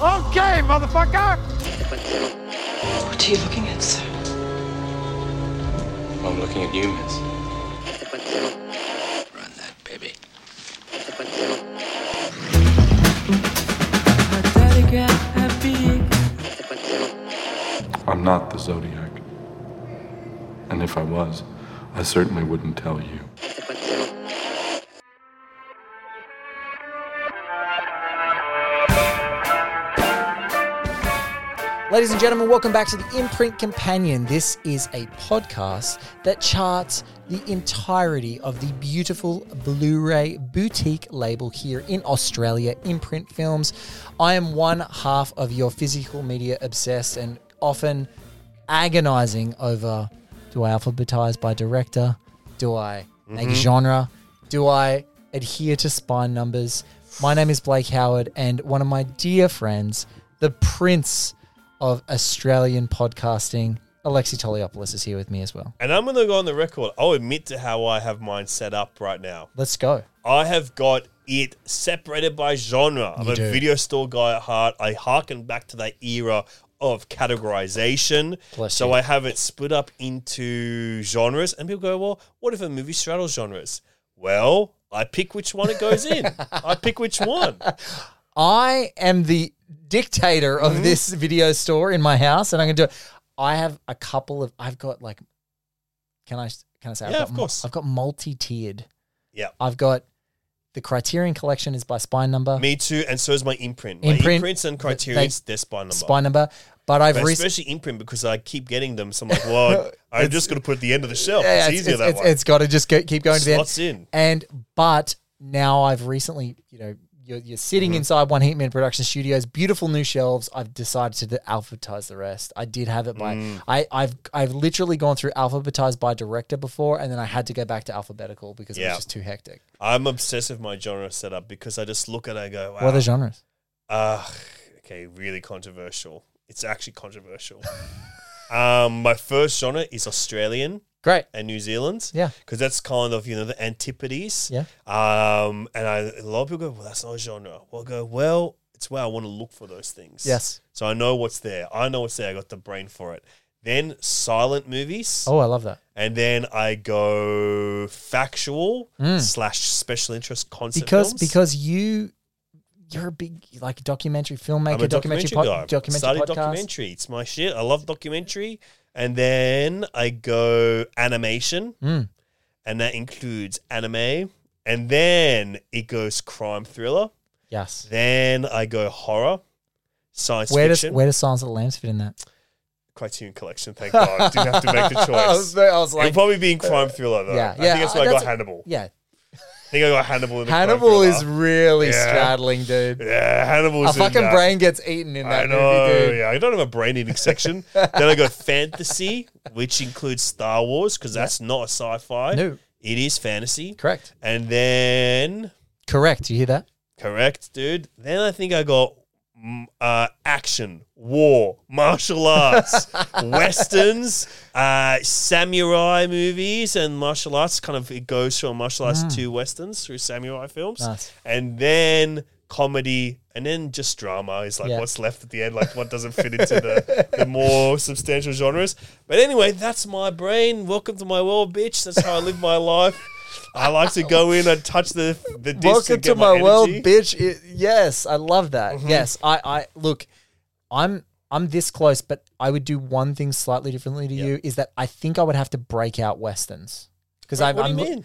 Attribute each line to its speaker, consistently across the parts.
Speaker 1: Okay, motherfucker!
Speaker 2: What are you looking at, sir?
Speaker 3: I'm looking at you, miss.
Speaker 4: Run that, baby.
Speaker 5: I'm not the Zodiac. And if I was, I certainly wouldn't tell you.
Speaker 6: Ladies and gentlemen, welcome back to the Imprint Companion. This is a podcast that charts the entirety of the beautiful Blu ray boutique label here in Australia, Imprint Films. I am one half of your physical media obsessed and often agonizing over do I alphabetize by director? Do I make
Speaker 7: Mm-hmm.
Speaker 6: genre? Do I adhere to spine numbers? My name is Blake Howard, and one of my dear friends, the prince of Australian podcasting, Alexi Toliopoulos, is here with me as well.
Speaker 7: And I'm going to go on the record. I'll admit to how I have mine set up right now.
Speaker 6: Let's go.
Speaker 7: I have got it separated by genre. I'm
Speaker 6: You
Speaker 7: a
Speaker 6: do.
Speaker 7: video store guy at heart. I hearken back to that era of categorization.
Speaker 6: Bless
Speaker 7: so
Speaker 6: you.
Speaker 7: I have it split up into genres. And people go, well, what if a movie straddles genres? Well, I pick which one it goes in. I pick which one.
Speaker 6: I am the dictator of
Speaker 7: Mm-hmm.
Speaker 6: this video store in my house, and I'm gonna do it. I have a couple of. I've got like, can I can I say? I've
Speaker 7: Yeah,
Speaker 6: got,
Speaker 7: of
Speaker 6: mul-
Speaker 7: course.
Speaker 6: I've got multi-tiered.
Speaker 7: Yeah.
Speaker 6: I've got the Criterion Collection is by spine number,
Speaker 7: Me too. And so is my imprint. My
Speaker 6: Imprint,
Speaker 7: imprints and
Speaker 6: th- they-
Speaker 7: criterions, they're spine number.
Speaker 6: spine number. But I've
Speaker 7: But
Speaker 6: recently
Speaker 7: especially imprint because I keep getting them. So I'm like, well, I'm just going to put it at the end of the shelf. it's, easier that way.
Speaker 6: it's got to just go, keep going to the end.
Speaker 7: Slots in.
Speaker 6: And but now I've recently, you know, you're, you're
Speaker 7: Mm-hmm.
Speaker 6: sitting inside One Heatman Production Studios, beautiful new shelves. I've decided to the- alphabetize the rest. I did have it by
Speaker 7: Mm.
Speaker 6: I, I've I've literally gone through alphabetized by director before, and then I had to go back to alphabetical because it
Speaker 7: Yeah.
Speaker 6: was just too hectic.
Speaker 7: I'm obsessed with my genre setup because I just look at it and go, wow.
Speaker 6: What are the genres?
Speaker 7: Ugh, okay, really controversial. It's actually controversial. um, my first genre is Australian
Speaker 6: Great.
Speaker 7: and New Zealand.
Speaker 6: Yeah.
Speaker 7: Because that's kind of, you know, the antipodes.
Speaker 6: Yeah.
Speaker 7: Um, and I, a lot of people go, well, that's not a genre. Well, I go, well, it's where I want to look for those things.
Speaker 6: Yes.
Speaker 7: So I know what's there. I know what's there. I got the brain for it. Then silent movies.
Speaker 6: Oh, I love that.
Speaker 7: And then I go factual slash special interest concept
Speaker 6: Mm. Because
Speaker 7: films.
Speaker 6: because you you're a big like documentary filmmaker,
Speaker 7: I'm a
Speaker 6: documentary
Speaker 7: documentary, guy.
Speaker 6: po- documentary
Speaker 7: Started
Speaker 6: podcast.
Speaker 7: documentary. It's my shit. I love documentary. And then I go animation,
Speaker 6: Mm.
Speaker 7: and that includes anime. And then it goes crime thriller.
Speaker 6: Yes.
Speaker 7: Then I go horror, science
Speaker 6: Where does
Speaker 7: fiction,
Speaker 6: where does Silence of the Lambs fit in that?
Speaker 7: Criterion Collection. Thank God, didn't have to make the
Speaker 6: I was,
Speaker 7: choice.
Speaker 6: I was like, uh,
Speaker 7: It'll probably be in crime thriller though.
Speaker 6: yeah,
Speaker 7: I
Speaker 6: yeah,
Speaker 7: think that's
Speaker 6: I-
Speaker 7: why I,
Speaker 6: that's
Speaker 7: got
Speaker 6: a-
Speaker 7: Hannibal.
Speaker 6: yeah.
Speaker 7: I think I got Hannibal. In the crime
Speaker 6: Hannibal is
Speaker 7: thriller.
Speaker 6: really
Speaker 7: Yeah.
Speaker 6: straddling, dude.
Speaker 7: yeah, Hannibal's
Speaker 6: A
Speaker 7: in
Speaker 6: fucking
Speaker 7: that.
Speaker 6: brain gets eaten in that
Speaker 7: I know.
Speaker 6: movie, dude.
Speaker 7: Yeah, I don't have a brain eating section. then I go fantasy, which includes Star Wars because that's not a sci-fi.
Speaker 6: No.
Speaker 7: it is fantasy.
Speaker 6: Correct.
Speaker 7: And then
Speaker 6: Correct. You hear that?
Speaker 7: correct, dude. Then I think I got mm, uh, action, war, martial arts, westerns, uh, samurai movies, and martial arts. Kind of it goes from martial arts to westerns through samurai films,
Speaker 6: Mm. Nice.
Speaker 7: and then comedy, and then just drama is like
Speaker 6: Yeah.
Speaker 7: what's left at the end, like what doesn't fit into the, the more substantial genres. But anyway, that's my brain. Welcome to my world, bitch. That's how I live my life. I like to go in and touch the the disc
Speaker 6: Welcome
Speaker 7: and
Speaker 6: to
Speaker 7: get
Speaker 6: my,
Speaker 7: my
Speaker 6: world,
Speaker 7: energy.
Speaker 6: bitch.
Speaker 7: Mm-hmm.
Speaker 6: It- yes, I love that. Yes, I, I look, I'm, I'm this close, but I would do one thing slightly differently to you. Is that I think I would have to break out westerns because I'm.
Speaker 7: What do
Speaker 6: I'm
Speaker 7: you
Speaker 6: lo-
Speaker 7: mean?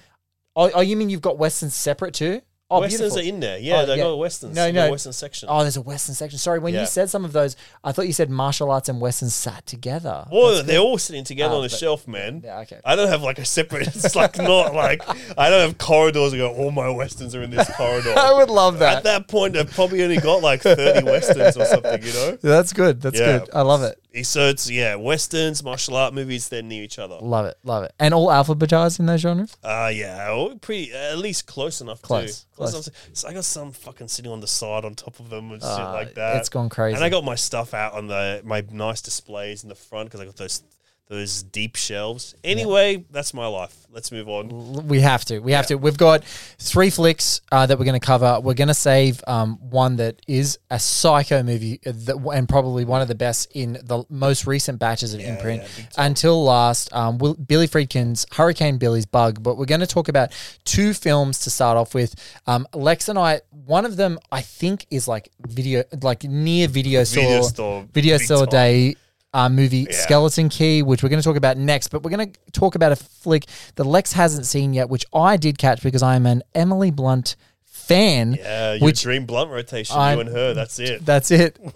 Speaker 6: Oh, oh, you mean you've got westerns separate too? Oh,
Speaker 7: westerns
Speaker 6: beautiful.
Speaker 7: are in there. Yeah,
Speaker 6: Oh,
Speaker 7: they got a westerns.
Speaker 6: No,
Speaker 7: in
Speaker 6: no.
Speaker 7: the western section.
Speaker 6: Oh, there's a Western section. Sorry, when you
Speaker 7: Yeah.
Speaker 6: said some of those, I thought you said martial arts and Western sat together.
Speaker 7: Well, they're all sitting together
Speaker 6: Ah,
Speaker 7: on a
Speaker 6: but-
Speaker 7: shelf, man.
Speaker 6: Yeah, okay.
Speaker 7: I don't have like a separate. It's like not like I don't have corridors. I go, all my westerns are in this corridor.
Speaker 6: I would love that.
Speaker 7: At that point, I've probably only got like thirty westerns or something, you know.
Speaker 6: That's good. That's
Speaker 7: Yeah.
Speaker 6: good. I love it.
Speaker 7: So it's yeah, westerns, martial art movies. They're near each other.
Speaker 6: Love it. Love it. And all alphabetized in those genres?
Speaker 7: Uh yeah, oh, pretty at least close enough.
Speaker 6: Close,
Speaker 7: to,
Speaker 6: close.
Speaker 7: close. Enough to, so I got some fucking sitting on the side on top of them and shit
Speaker 6: Ah,
Speaker 7: like that.
Speaker 6: it's gone crazy.
Speaker 7: And I got my stuff out on the my nice displays in the front because I got those those deep shelves. Anyway, that's my life. Let's move on.
Speaker 6: We have to. We have to. We've got three flicks uh, that we're going to cover. We're going to save um, one that is a psycho movie uh, that, and probably one of the best in the most recent batches of imprint. Until last, um, Will, Billy Friedkin's Hurricane Billy's Bug. But we're going to talk about two films to start off with. Um, Lex and I, one of them I think is like video, like near video store,
Speaker 7: Video store,
Speaker 6: video
Speaker 7: big
Speaker 6: store
Speaker 7: time.
Speaker 6: day a uh, movie Skeleton Key, which we're going to talk about next. But we're going to talk about a flick that Lex hasn't seen yet, which I did catch because I am an Emily Blunt fan.
Speaker 7: Yeah, your
Speaker 6: which
Speaker 7: dream blunt rotation,
Speaker 6: I'm-
Speaker 7: you and her. That's it.
Speaker 6: that's it,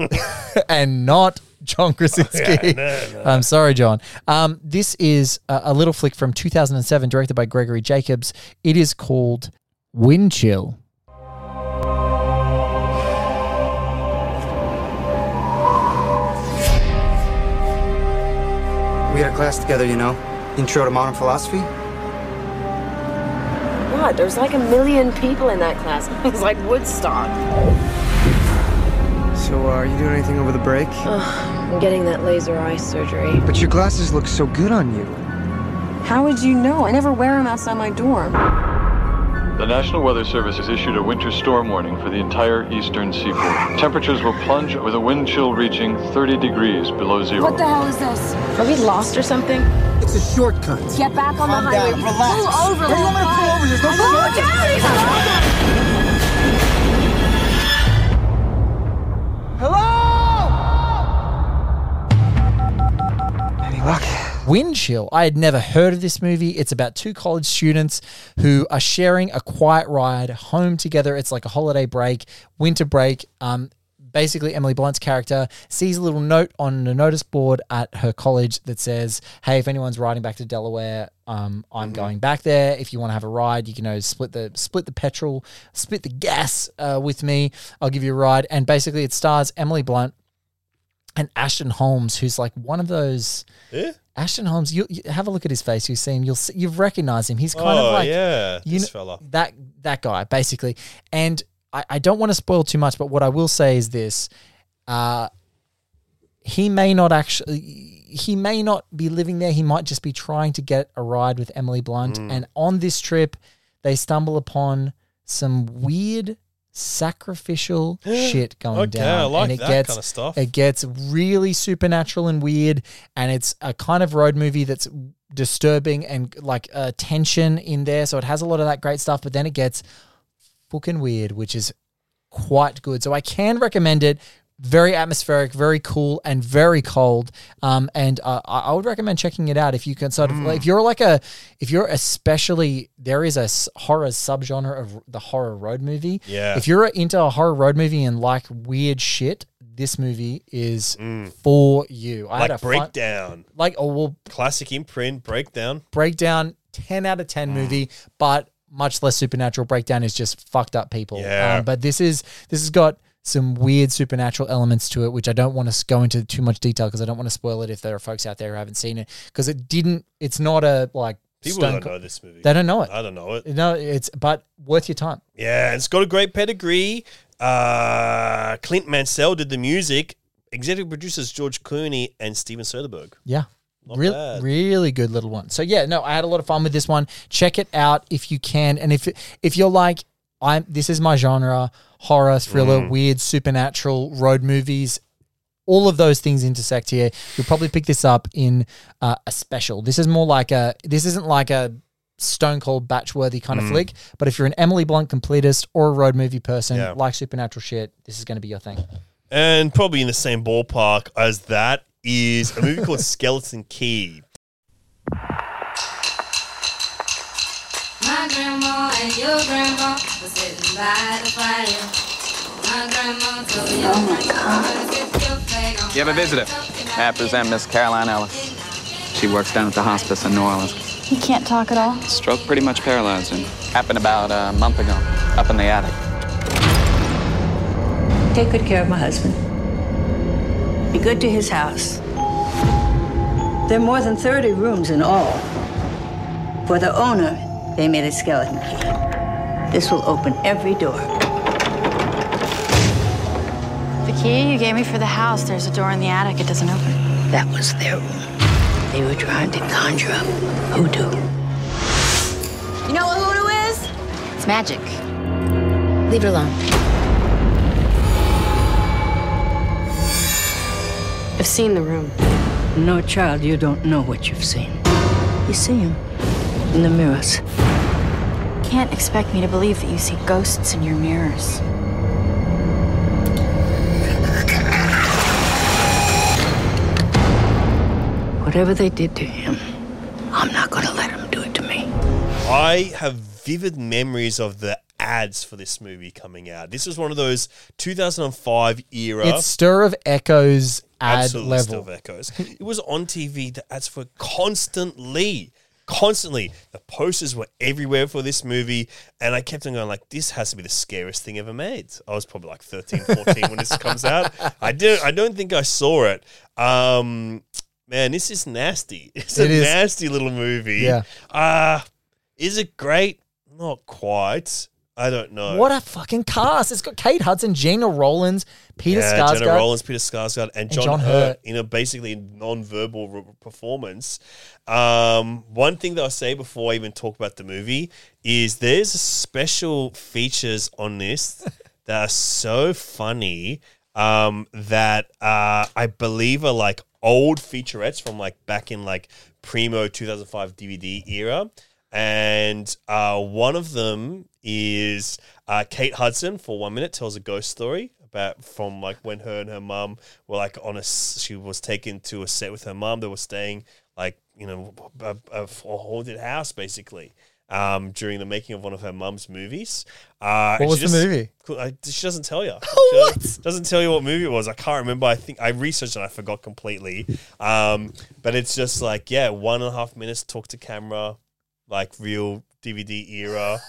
Speaker 6: and not John Krasinski. I'm sorry, John. Um, this is a, a little flick from 2007, directed by Gregory Jacobs. It is called Wind Chill.
Speaker 1: We had a class together, you know. Intro to modern philosophy.
Speaker 3: God, there's like a million people in that class. It was like Woodstock.
Speaker 1: So, uh, are you doing anything over the break?
Speaker 3: I'm getting that laser eye surgery.
Speaker 1: But your glasses look so good on you.
Speaker 3: How would you know? I never wear them outside my dorm.
Speaker 4: The National Weather Service has issued a winter storm warning for the entire eastern seaboard. Temperatures will plunge with a wind chill reaching 30 degrees below zero.
Speaker 3: What the hell is this? Are we lost or something?
Speaker 1: It's a shortcut.
Speaker 3: Get back on the highway. Pull over, Oh, little guy. Slow down, he's alive.
Speaker 1: Any luck?
Speaker 6: Wind Chill. I had never heard of this movie. It's about two college students who are sharing a quiet ride home together. It's like a holiday break, winter break. Um, basically, Emily Blunt's character sees a little note on a notice board at her college that says, "Hey, if anyone's riding back to Delaware, um, I'm going back there. If you want to have a ride, you can you know split the split the petrol, split the gas uh, with me. I'll give you a ride." And basically, it stars Emily Blunt. And Ashton Holmes, who's like one of those
Speaker 7: Yeah.
Speaker 6: Ashton Holmes, you, you have a look at his face. You see him. You'll see, you've recognized him. He's kind
Speaker 7: oh
Speaker 6: of like
Speaker 7: yeah,
Speaker 6: you
Speaker 7: this
Speaker 6: kn-
Speaker 7: fella.
Speaker 6: that that guy basically. And I, I don't want to spoil too much, but what I will say is this: uh, he may not actually, he may not be living there. He might just be trying to get a ride with Emily Blunt.
Speaker 7: Mm.
Speaker 6: And on this trip, they stumble upon some weird sacrificial shit going
Speaker 7: Okay,
Speaker 6: down,
Speaker 7: I like
Speaker 6: and it
Speaker 7: that
Speaker 6: gets
Speaker 7: kind of stuff.
Speaker 6: it gets really supernatural and weird, and it's a kind of road movie that's disturbing and like uh, tension in there. So it has a lot of that great stuff, but then it gets fucking weird, which is quite good. So I can recommend it. Very atmospheric, very cool, and very cold. Um, and uh, I I would recommend checking it out if you can sort of
Speaker 7: Mm.
Speaker 6: if you're like a if you're especially there is a s- horror subgenre of the horror road movie.
Speaker 7: Yeah.
Speaker 6: If you're into a horror road movie and like weird shit, this movie is for you. I
Speaker 7: Mm. Like
Speaker 6: fun-
Speaker 7: breakdown,
Speaker 6: like oh well,
Speaker 7: classic imprint breakdown.
Speaker 6: breakdown, ten out of ten movie, but much less supernatural. Breakdown is just fucked up people. Um,
Speaker 7: Yeah.
Speaker 6: but this is this has got some weird supernatural elements to it, which I don't want to go into too much detail because I don't want to spoil it if there are folks out there who haven't seen it because it didn't. It's not a like
Speaker 7: People
Speaker 6: stone
Speaker 7: don't
Speaker 6: co-
Speaker 7: know this movie.
Speaker 6: They don't know it.
Speaker 7: I don't know it.
Speaker 6: No, it's but worth your time.
Speaker 7: Yeah, it's got a great pedigree. Uh, Clint Mansell did the music. Executive producers George Clooney and Steven Soderbergh.
Speaker 6: Yeah. Really,
Speaker 7: bad.
Speaker 6: really good little one. So yeah, no, I had a lot of fun with this one. Check it out if you can, and if if you're like, I'm this is my genre: horror, thriller,
Speaker 7: Mm.
Speaker 6: weird, supernatural, road movies. All of those things intersect here. You'll probably pick this up in uh, a special. This is more like a. This isn't like a stone cold batchworthy kind
Speaker 7: Mm.
Speaker 6: of flick. But if you're an Emily Blunt completist or a road movie person,
Speaker 7: Yeah.
Speaker 6: like supernatural shit, this is going to be your thing.
Speaker 7: And probably in the same ballpark as that is a movie called Skeleton Key.
Speaker 8: My grandma and your grandma were sitting by the fire. My grandma told your
Speaker 3: Oh
Speaker 8: grandma to set your flag on
Speaker 9: You have
Speaker 8: fire.
Speaker 9: a visitor.
Speaker 8: Talking about
Speaker 9: May I present Miss Caroline Ellis? She works down at the hospice in New Orleans.
Speaker 3: He can't talk at all.
Speaker 9: Stroke pretty much paralyzed him. Happened about a month ago, up in the attic.
Speaker 10: Take good care of my husband. Be good to his house. There are more than 30 rooms in all. For the owner, they made a skeleton key. This will open every door.
Speaker 11: The key you gave me for the house, there's a door in the attic. It doesn't open.
Speaker 10: That was their room. They were trying to conjure up hoodoo.
Speaker 11: You know what hoodoo is? It's magic.
Speaker 10: Leave it alone. I've seen the room. No, child, you don't know what you've seen. You see him in the mirrors.
Speaker 11: You can't expect me to believe that you see ghosts in your mirrors.
Speaker 10: Whatever they did to him, I'm not going to let him do it to me.
Speaker 7: I have vivid memories of the ads for this movie coming out. This was one of those 2005 era.
Speaker 6: It's Stir of Echoes ad
Speaker 7: absolutely
Speaker 6: level.
Speaker 7: still echoes. It was on TV. The ads were constantly, constantly. The posters were everywhere for this movie, and I kept on going like, "This has to be the scariest thing ever made." I was probably like 13, 14 when this comes out. I did. I don't think I saw it. Um, man, this is nasty. It's a
Speaker 6: It is.
Speaker 7: nasty little movie.
Speaker 6: Yeah.
Speaker 7: Uh, is it great? Not quite. I don't know.
Speaker 6: What a fucking cast! It's got Kate Hudson, Gina Rollins, Peter
Speaker 7: yeah,
Speaker 6: Skarsgård.
Speaker 7: Jenna Rollins, Peter Skarsgård, and John,
Speaker 6: John
Speaker 7: Hurt,
Speaker 6: Hurt.
Speaker 7: in a basically non-verbal r- performance. Um, one thing that I'll say before I even talk about the movie is there's special features on this that are so funny um, that uh, I believe are like old featurettes from like back in like primo 2005 DVD era. And uh, one of them is uh, Kate Hudson for one minute tells a ghost story about from like when her and her mum were like on a s- she was taken to a set with her mum that was staying like you know a, a- a haunted house basically um, during the making of one of her mum's movies. Uh,
Speaker 6: What
Speaker 7: and
Speaker 6: was
Speaker 7: she
Speaker 6: the movie?
Speaker 7: Cool, I, she doesn't tell you. what? doesn't tell you what movie it was. I can't remember. I think I researched and I forgot completely. Um, but it's just like yeah, one and a half minutes talk to camera, like real DVD era,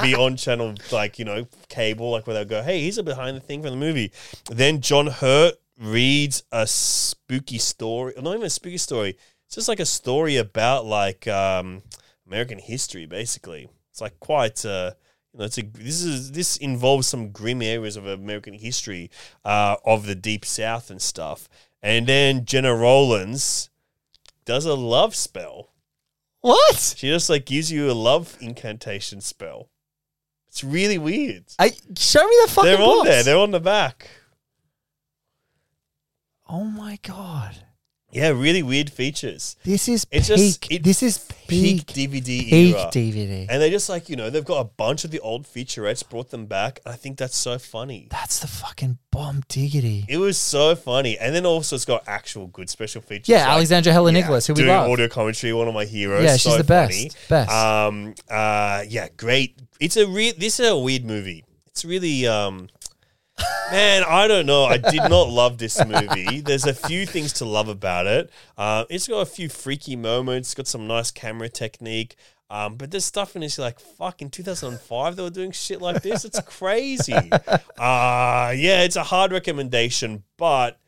Speaker 7: beyond channel like you know cable, like where they'll go, hey, here's a behind the thing from the movie. Then John Hurt reads a spooky story, not even a spooky story. It's just like a story about like um, American history, basically. It's like quite. Uh, you know, it's a, this is this involves some grim areas of American history uh, of the Deep South and stuff. And then Jenna Rollins does a love spell.
Speaker 6: What?
Speaker 7: She just like gives you a love incantation spell. It's really weird.
Speaker 6: I, show me the fucking.
Speaker 7: They're on
Speaker 6: box.
Speaker 7: there. They're on the back.
Speaker 6: Oh my god!
Speaker 7: Yeah, really weird features.
Speaker 6: This is
Speaker 7: It's
Speaker 6: peak.
Speaker 7: just it-
Speaker 6: this is peak,
Speaker 7: peak DVD
Speaker 6: peak
Speaker 7: era.
Speaker 6: DVD.
Speaker 7: And they're just like you know they've got a bunch of the old featurettes, brought them back. I think that's so funny.
Speaker 6: That's the fucking bomb diggity.
Speaker 7: It was so funny, and then also it's got actual good special features.
Speaker 6: yeah,
Speaker 7: like
Speaker 6: Alexandra Helen Nicholas, who we
Speaker 7: doing
Speaker 6: love.
Speaker 7: audio commentary, one of my heroes.
Speaker 6: Yeah, she's
Speaker 7: so
Speaker 6: the best,
Speaker 7: funny.
Speaker 6: best.
Speaker 7: Um, uh, yeah, great. It's a re- this is a weird movie. It's really um, man, I don't know. I did not love this movie. There's a few things to love about it. Uh, it's got a few freaky moments. It's got some nice camera technique. Um, but there's stuff in this you're like fuck in 2005 they were doing shit like this. It's crazy. uh, yeah, it's a hard recommendation, but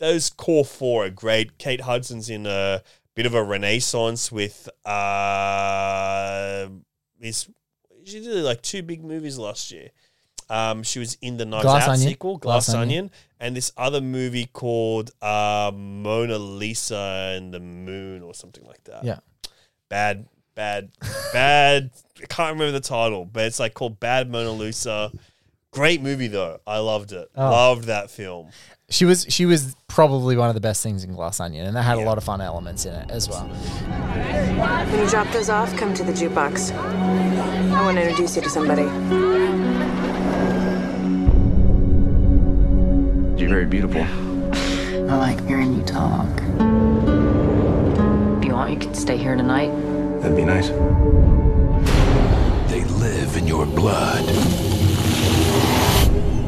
Speaker 7: those core four are great. Kate Hudson's in a bit of a renaissance with uh, is she did like two big movies last year. Um, she was in the Knives
Speaker 6: Glass
Speaker 7: Out
Speaker 6: Onion.
Speaker 7: sequel, Glass,
Speaker 6: Glass Onion.
Speaker 7: Onion. and this other movie called uh, Mona Lisa and the Moon or something like that.
Speaker 6: Yeah.
Speaker 7: Bad, bad, bad. I can't remember the title, but it's like called Bad Mona Lisa. Great movie though. I loved it.
Speaker 6: Oh.
Speaker 7: Loved that film.
Speaker 6: She was she was probably one of the best things in Glass Onion, and that had a lot of fun elements in it as well.
Speaker 12: When you drop those off, come to the jukebox. I want to introduce you to somebody.
Speaker 9: You're very beautiful.
Speaker 13: I like hearing you talk. If you want, you could stay here tonight.
Speaker 9: That'd be nice.
Speaker 14: life in your blood.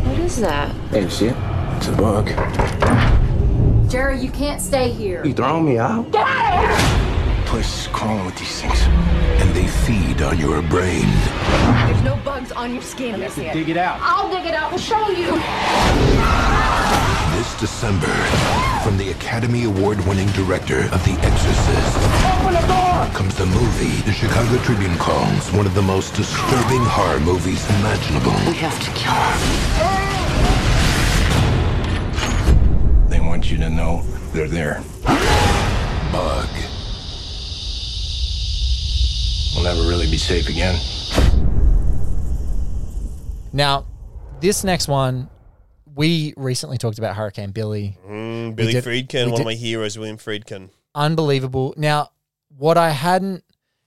Speaker 12: What is that?
Speaker 14: Hey, you see it? It's a bug.
Speaker 15: Jerry, you can't stay here.
Speaker 14: You throwing me out?
Speaker 15: Get out of here!
Speaker 14: Puss is crawling with these things, and they feed on your brain.
Speaker 15: There's no bugs on your skin. Yes,
Speaker 14: to dig it out.
Speaker 15: I'll dig it out. We'll show you.
Speaker 14: This December, from the Academy Award-winning director of The Exorcist,
Speaker 15: Open the door!
Speaker 14: comes the movie the Chicago Tribune calls one of the most disturbing horror movies imaginable.
Speaker 13: We have to kill her.
Speaker 14: They want you to know they're there. Bug. We'll never really be safe again.
Speaker 6: Now, this next one, we recently talked about Hurricane Billy.
Speaker 7: Mm,
Speaker 6: We
Speaker 7: Billy
Speaker 6: did-
Speaker 7: Friedkin,
Speaker 6: we
Speaker 7: one
Speaker 6: did-
Speaker 7: of my heroes, William Friedkin.
Speaker 6: unbelievable. Now, what I hadn't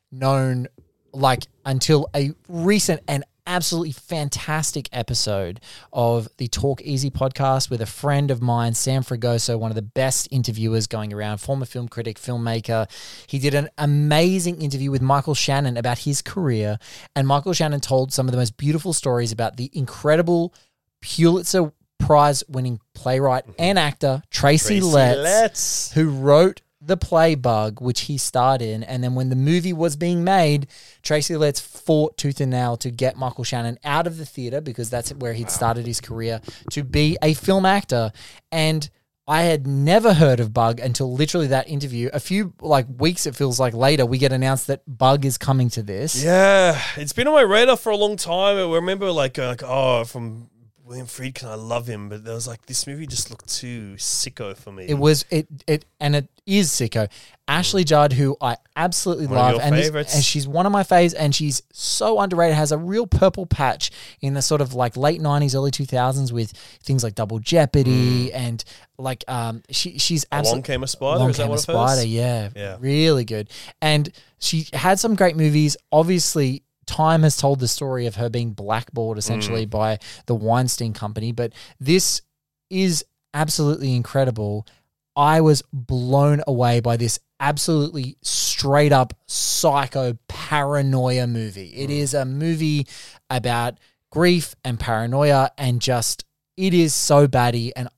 Speaker 6: known like until a recent and absolutely fantastic episode of the Talk Easy podcast with a friend of mine, Sam Fragoso, one of the best interviewers going around, former film critic, filmmaker. He did an amazing interview with Michael Shannon about his career, and Michael Shannon told some of the most beautiful stories about the incredible Pulitzer Prize winning playwright and actor Tracy,
Speaker 7: Mm-hmm. Tracy
Speaker 6: Letts,
Speaker 7: Letts.
Speaker 6: who wrote the play Bug, which he starred in. And then when the movie was being made, Tracy Letts fought tooth and nail to get Michael Shannon out of the theater because that's where he'd started his career to be a film actor. And I had never heard of Bug until literally that interview. A few like weeks, it feels like later, we get announced that Bug is coming to this.
Speaker 7: Yeah, it's been on my radar for a long time. I remember like, uh, like oh, from William Friedkin, I love him, but there was like this movie just looked too sicko for me.
Speaker 6: It was it it and it is sicko. Ashley Judd, who I absolutely
Speaker 7: Mm. One of
Speaker 6: love,
Speaker 7: your
Speaker 6: and, this-
Speaker 7: favorites.
Speaker 6: and she's one of my faves, and she's so underrated. Has a real purple patch in the sort of like late nineties, early two thousands with things like Double Jeopardy and like um she she's
Speaker 7: Mm. Along
Speaker 6: absolutely
Speaker 7: Came a Spider,
Speaker 6: Along
Speaker 7: is that
Speaker 6: Came
Speaker 7: one
Speaker 6: a
Speaker 7: of hers?
Speaker 6: Spider, yeah,
Speaker 7: Yeah.
Speaker 6: really good. And she had some great movies. Obviously, Time has told the story of her being blackballed essentially
Speaker 7: Mm.
Speaker 6: by the Weinstein Company, but this is absolutely incredible. I was blown away by this absolutely straight up psycho paranoia movie. It
Speaker 7: Mm.
Speaker 6: is a movie about grief and paranoia and just it is so batty and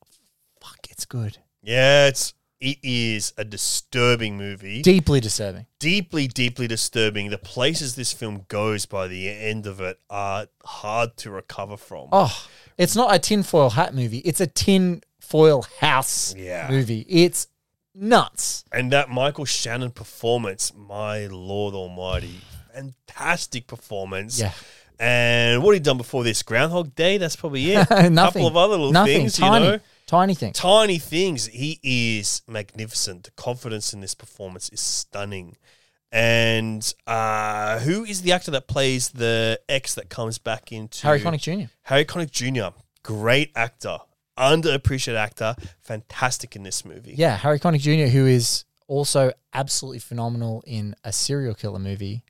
Speaker 6: fuck it's good.
Speaker 7: Yeah, it's it is a disturbing movie.
Speaker 6: Deeply disturbing.
Speaker 7: deeply, deeply disturbing. The places this film goes by the end of it are hard to recover from.
Speaker 6: Oh, it's not a tin foil hat movie. It's a tin foil house
Speaker 7: Yeah.
Speaker 6: movie. It's nuts.
Speaker 7: And that Michael Shannon performance, my Lord Almighty, fantastic performance.
Speaker 6: Yeah.
Speaker 7: And what he done before this? Groundhog Day. That's probably it.
Speaker 6: Nothing.
Speaker 7: A couple of other little
Speaker 6: nothing.
Speaker 7: things,
Speaker 6: Tiny,
Speaker 7: you know.
Speaker 6: tiny things.
Speaker 7: Tiny things. He is magnificent. The confidence in this performance is stunning. And uh, who is the actor that plays the ex that comes back into
Speaker 6: Harry Connick Jr.
Speaker 7: Harry Connick Jr. Great actor, underappreciated actor, fantastic in this movie.
Speaker 6: Yeah, Harry Connick Jr., who is also absolutely phenomenal in a serial killer movie,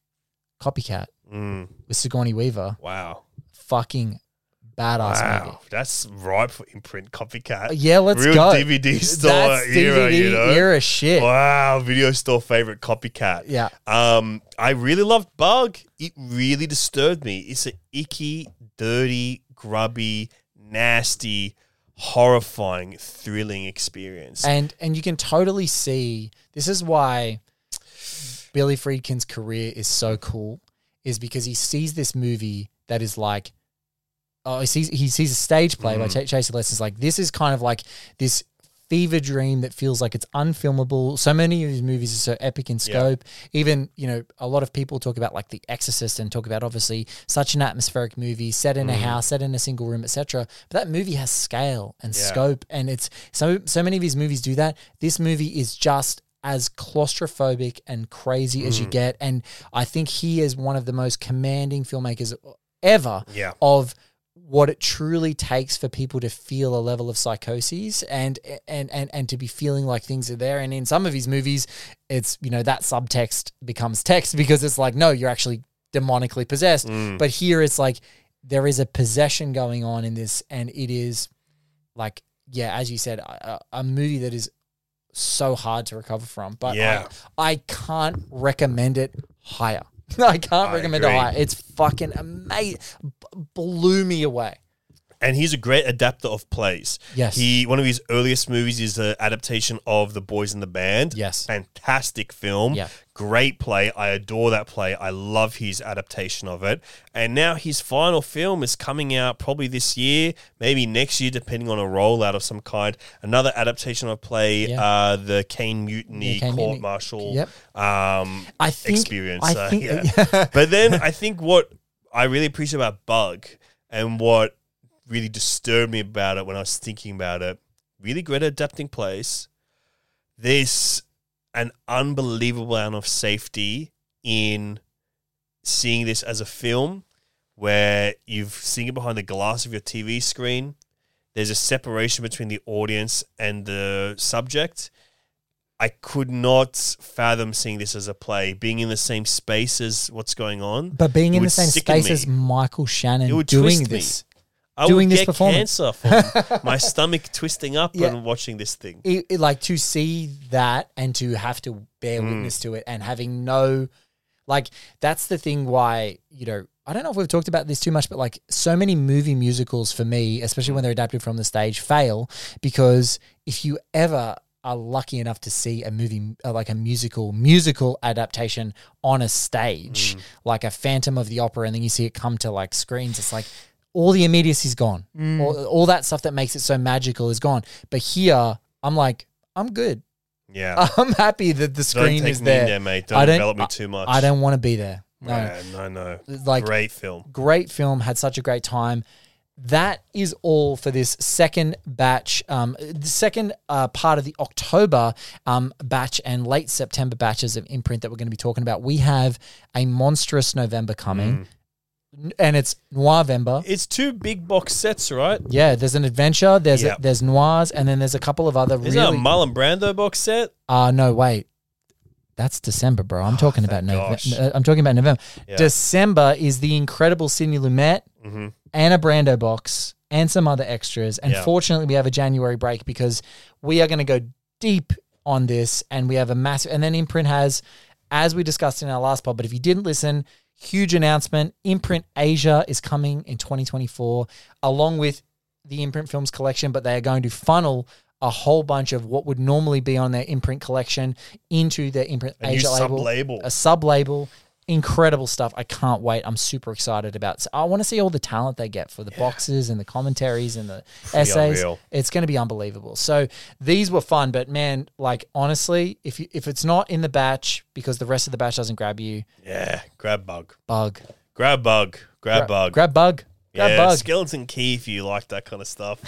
Speaker 6: Copycat,
Speaker 7: Mm.
Speaker 6: with Sigourney Weaver.
Speaker 7: Wow.
Speaker 6: Fucking badass movie.
Speaker 7: Wow, that's ripe for imprint copycat.
Speaker 6: Oh, Yeah, let's
Speaker 7: Real
Speaker 6: go.
Speaker 7: DVD store
Speaker 6: That's
Speaker 7: era, you
Speaker 6: DVD
Speaker 7: know?
Speaker 6: era shit.
Speaker 7: Wow, video store favorite copycat.
Speaker 6: Yeah.
Speaker 7: Um, I really loved Bug. It really disturbed me. It's an icky, dirty, grubby, nasty, horrifying, thrilling experience.
Speaker 6: And and you can totally see this is why Billy Friedkin's career is so cool, is because he sees this movie that is like oh he sees he sees a stage play by
Speaker 7: Mm.
Speaker 6: Ch- Chase Less is like this is kind of like this fever dream that feels like it's unfilmable. So many of his movies are so epic in scope. Even, you know, a lot of people talk about like The Exorcist and talk about obviously such an atmospheric movie set in a
Speaker 7: Mm.
Speaker 6: house, set in a single room, etc. But that movie has scale and
Speaker 7: Yeah.
Speaker 6: scope and it's so so many of his movies do that. This movie is just as claustrophobic and crazy as you
Speaker 7: Mm.
Speaker 6: get and I think he is one of the most commanding filmmakers ever
Speaker 7: Yeah.
Speaker 6: of what it truly takes for people to feel a level of psychoses and and and and to be feeling like things are there and in some of his movies it's you know that subtext becomes text because it's like no you're actually demonically possessed
Speaker 7: Mm.
Speaker 6: but here it's like there is a possession going on in this and it is like yeah as you said a, a a movie that is so hard to recover from but
Speaker 7: Yeah.
Speaker 6: I, I can't recommend it higher I can't
Speaker 7: I
Speaker 6: recommend
Speaker 7: agree.
Speaker 6: it higher. It's fucking amazing. blew me away.
Speaker 7: and he's a great adapter of plays.
Speaker 6: Yes.
Speaker 7: he one of his earliest movies is the adaptation of The Boys in the Band. Yes, fantastic film.
Speaker 6: Yeah.
Speaker 7: great play. I adore that play. I love his adaptation of it. And now his final film is coming out probably this year, maybe next year, depending on a rollout of some kind. Another adaptation of play,
Speaker 6: Yeah.
Speaker 7: uh, the Kane Mutiny
Speaker 6: Yeah, Kane Mutiny.
Speaker 7: court martial.
Speaker 6: Yep.
Speaker 7: Um,
Speaker 6: I think-
Speaker 7: experience.
Speaker 6: I
Speaker 7: uh,
Speaker 6: think-
Speaker 7: yeah. but then I think what I really appreciate about Bug and what really disturbed me about it when I was thinking about it, really great at adapting plays. There's an unbelievable amount of safety in seeing this as a film where you've seen it behind the glass of your TV screen. There's a separation between the audience and the subject. I could not fathom seeing this as a play, being in the same space as what's going on.
Speaker 6: But being
Speaker 7: It
Speaker 6: in the
Speaker 7: would
Speaker 6: same
Speaker 7: sicken
Speaker 6: space
Speaker 7: me.
Speaker 6: as Michael
Speaker 7: It
Speaker 6: Shannon
Speaker 7: would
Speaker 6: doing
Speaker 7: twist me.
Speaker 6: this.
Speaker 7: I
Speaker 6: doing
Speaker 7: would
Speaker 6: this
Speaker 7: get
Speaker 6: performance.
Speaker 7: cancer from my stomach twisting up
Speaker 6: Yeah.
Speaker 7: and watching this thing.
Speaker 6: It, it- like to see that and to have to bear witness to it and having no, like, that's the thing why, you know, I don't know if we've talked about this too much, but like so many movie musicals for me, especially when they're adapted from the stage, fail because if you ever are lucky enough to see a movie uh, like a musical musical adaptation on a stage like a phantom of the opera and then you see it come to like screens it's like all the immediacy's gone.
Speaker 3: Mm.
Speaker 6: All, all that stuff that makes it so magical is gone. But here, I'm like, I'm good.
Speaker 7: Yeah.
Speaker 6: I'm happy that the screen
Speaker 7: take
Speaker 6: is
Speaker 7: me
Speaker 6: there.
Speaker 7: in there, mate. Don't
Speaker 6: I
Speaker 7: envelop me
Speaker 6: I-
Speaker 7: too much.
Speaker 6: I don't want to be there. No,
Speaker 7: Yeah, no, no.
Speaker 6: like
Speaker 7: Great film.
Speaker 6: Great film. Had such a great time. That is all for this second batch, um, the second uh, part of the October um, batch and late September batches of imprint that we're going to be talking about. We have a monstrous November coming,
Speaker 7: Mm.
Speaker 6: N- and it's Noirvember.
Speaker 7: It's two big box sets, right?
Speaker 6: Yeah, there's an adventure. There's
Speaker 7: Yeah.
Speaker 6: a, there's noirs, and then there's a couple of other
Speaker 7: Is that a
Speaker 6: really.
Speaker 7: Marlon Brando box set?
Speaker 6: uh, no, wait, that's December, bro. I'm talking about
Speaker 7: Oh, gosh.
Speaker 6: November. I'm talking about November.
Speaker 7: Yeah.
Speaker 6: December is the incredible Sydney Lumet
Speaker 7: Mhm.
Speaker 6: and a Brando box and some other extras. And
Speaker 7: Yeah.
Speaker 6: fortunately, we have a January break because we are going to go deep on this, and we have a massive. And then Imprint has, as we discussed in our last pod, but if you didn't listen. Huge announcement. Imprint Asia is coming in 2024, along with the imprint films collection, but they are going to funnel a whole bunch of what would normally be on their imprint collection into their imprint
Speaker 7: A new
Speaker 6: Asia label,
Speaker 7: sub-label.
Speaker 6: a sub label. Incredible stuff. I can't wait. I'm super excited about. So I want to see all the talent they get for the boxes and the commentaries and the
Speaker 7: Pretty
Speaker 6: essays.
Speaker 7: unreal.
Speaker 6: It's going to be unbelievable. So these were fun, but man, like honestly, if you if it's not in the batch because the rest of the batch doesn't grab you,
Speaker 7: Yeah. Grab bug.
Speaker 6: bug,
Speaker 7: Grab bug. Grab
Speaker 6: Gra-
Speaker 7: bug.
Speaker 6: grab bug, grab
Speaker 7: yeah,
Speaker 6: bug,
Speaker 7: Skeleton Key if you like that kind of stuff.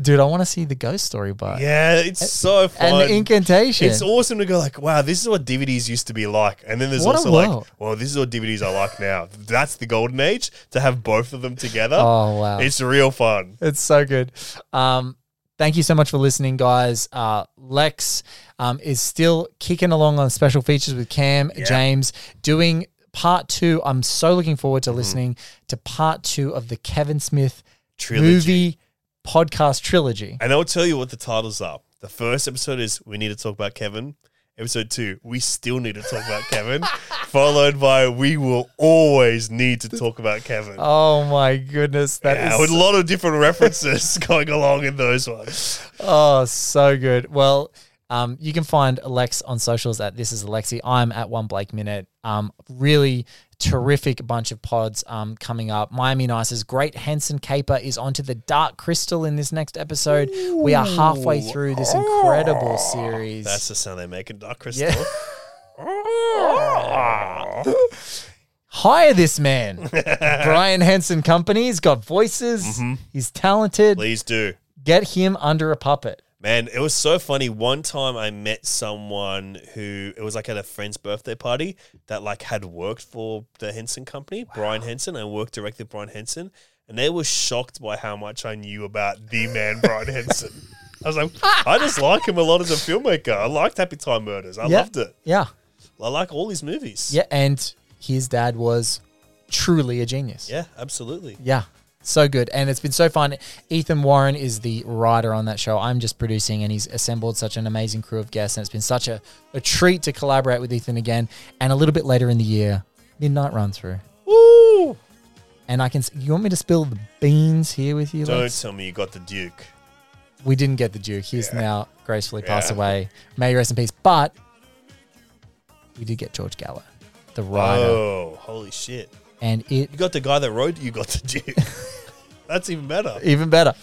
Speaker 6: dude. I want to see the ghost story, but
Speaker 7: Yeah, it's so
Speaker 6: and
Speaker 7: fun.
Speaker 6: the incantation.
Speaker 7: It's awesome to go like, wow, this is what DVDs used to be like. And then there's
Speaker 6: What a
Speaker 7: also
Speaker 6: world.
Speaker 7: like, well, this is what DVDs are like now. That's the golden age to have both of them together.
Speaker 6: Oh, wow.
Speaker 7: It's real fun.
Speaker 6: It's so good. Um, thank you so much for listening, guys. Uh, Lex um, is still kicking along on special features with Cam James doing part two. I'm so looking forward
Speaker 7: Mm-hmm.
Speaker 6: to listening to part two of the Kevin Smith
Speaker 7: Trilogy.
Speaker 6: movie podcast trilogy.
Speaker 7: And I'll tell you what the titles are. The first episode is We Need to Talk About Kevin. Episode two, we still need to talk about Kevin. Followed by We Will Always Need to Talk About Kevin.
Speaker 6: Oh my goodness, that is
Speaker 7: yeah, with a lot of different references going along in those ones.
Speaker 6: Oh, so good. Well, um, you can find Alex on socials at this is Alexi. I'm at one Blake minute. Um, really terrific bunch of pods um, coming up. Miami Nice's great Henson Caper is onto the Dark Crystal in this next episode. We are halfway through this incredible series.
Speaker 7: Ah. That's the sound they make in Dark Crystal.
Speaker 6: Yeah. Hire this man. Brian Henson Company's got voices.
Speaker 7: Mm-hmm.
Speaker 6: He's talented.
Speaker 7: Please do.
Speaker 6: Get him under a puppet.
Speaker 7: Man, it was so funny. One time I met someone who it was like at a friend's birthday party that like had worked for the Henson company, Brian Henson, and worked directly with Brian Henson, and they were shocked by how much I knew about the man Brian Henson. I was like, I just like him a lot as a filmmaker. I liked Happy Time Murders. I
Speaker 6: Yeah.
Speaker 7: loved it.
Speaker 6: Yeah.
Speaker 7: I like all his movies.
Speaker 6: Yeah, and his dad was truly a genius.
Speaker 7: Yeah, absolutely.
Speaker 6: Yeah. So good. And it's been so fun. Ethan Warren is the writer on that show. I'm just producing, and he's assembled such an amazing crew of guests. And it's been such a, a treat to collaborate with Ethan again. And a little bit later in the year, midnight run through.
Speaker 16: Woo!
Speaker 6: And I can. s- You want me to spill the beans here with you?
Speaker 16: Don't
Speaker 6: Lex?
Speaker 16: tell me you got the Duke.
Speaker 6: We didn't get the Duke. He's now gracefully passed
Speaker 16: Yeah.
Speaker 6: away. May he rest in peace. But we did get George Gallo, the writer,
Speaker 16: Oh, holy shit.
Speaker 6: and it
Speaker 16: You got the guy that wrote You Got the Duke. That's even better.
Speaker 6: even better.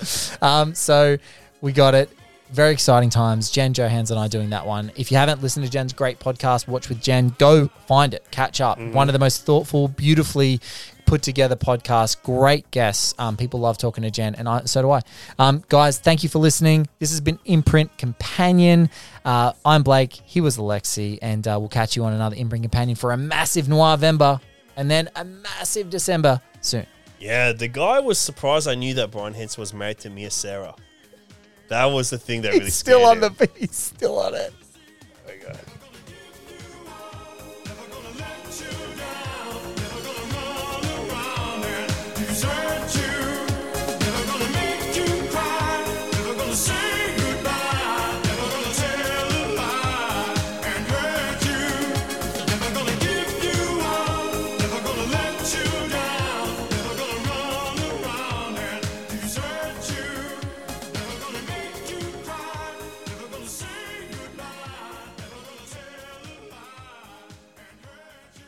Speaker 6: Um, so we got it. Very exciting times. Jen Johans and I doing that one. If you haven't listened to Jen's great podcast, Watch with Jen, go find it, catch up.
Speaker 16: Mm-hmm.
Speaker 6: One of the most thoughtful, beautifully put together podcast. Great guests. Um, people love talking to Jen, and I, so do I. Um, guys, thank you for listening. This has been Imprint Companion. Uh, I'm Blake. He was Alexi, and uh, we'll catch you on another Imprint Companion for a massive Noirvember and then a massive December soon.
Speaker 16: Yeah, the guy was surprised I knew that Brian Henson was married to Mia Sarah. That was the thing that really
Speaker 6: He's still
Speaker 16: scared
Speaker 6: on
Speaker 16: him.
Speaker 6: the. He's still on it.
Speaker 7: Desert you, never gonna make you cry, never gonna say goodbye, never gonna tell a lie and hurt you, never gonna give you up, never gonna let you down, never gonna run around and desert you, never gonna make you cry, never gonna say goodbye, never gonna tell a lie and hurt you.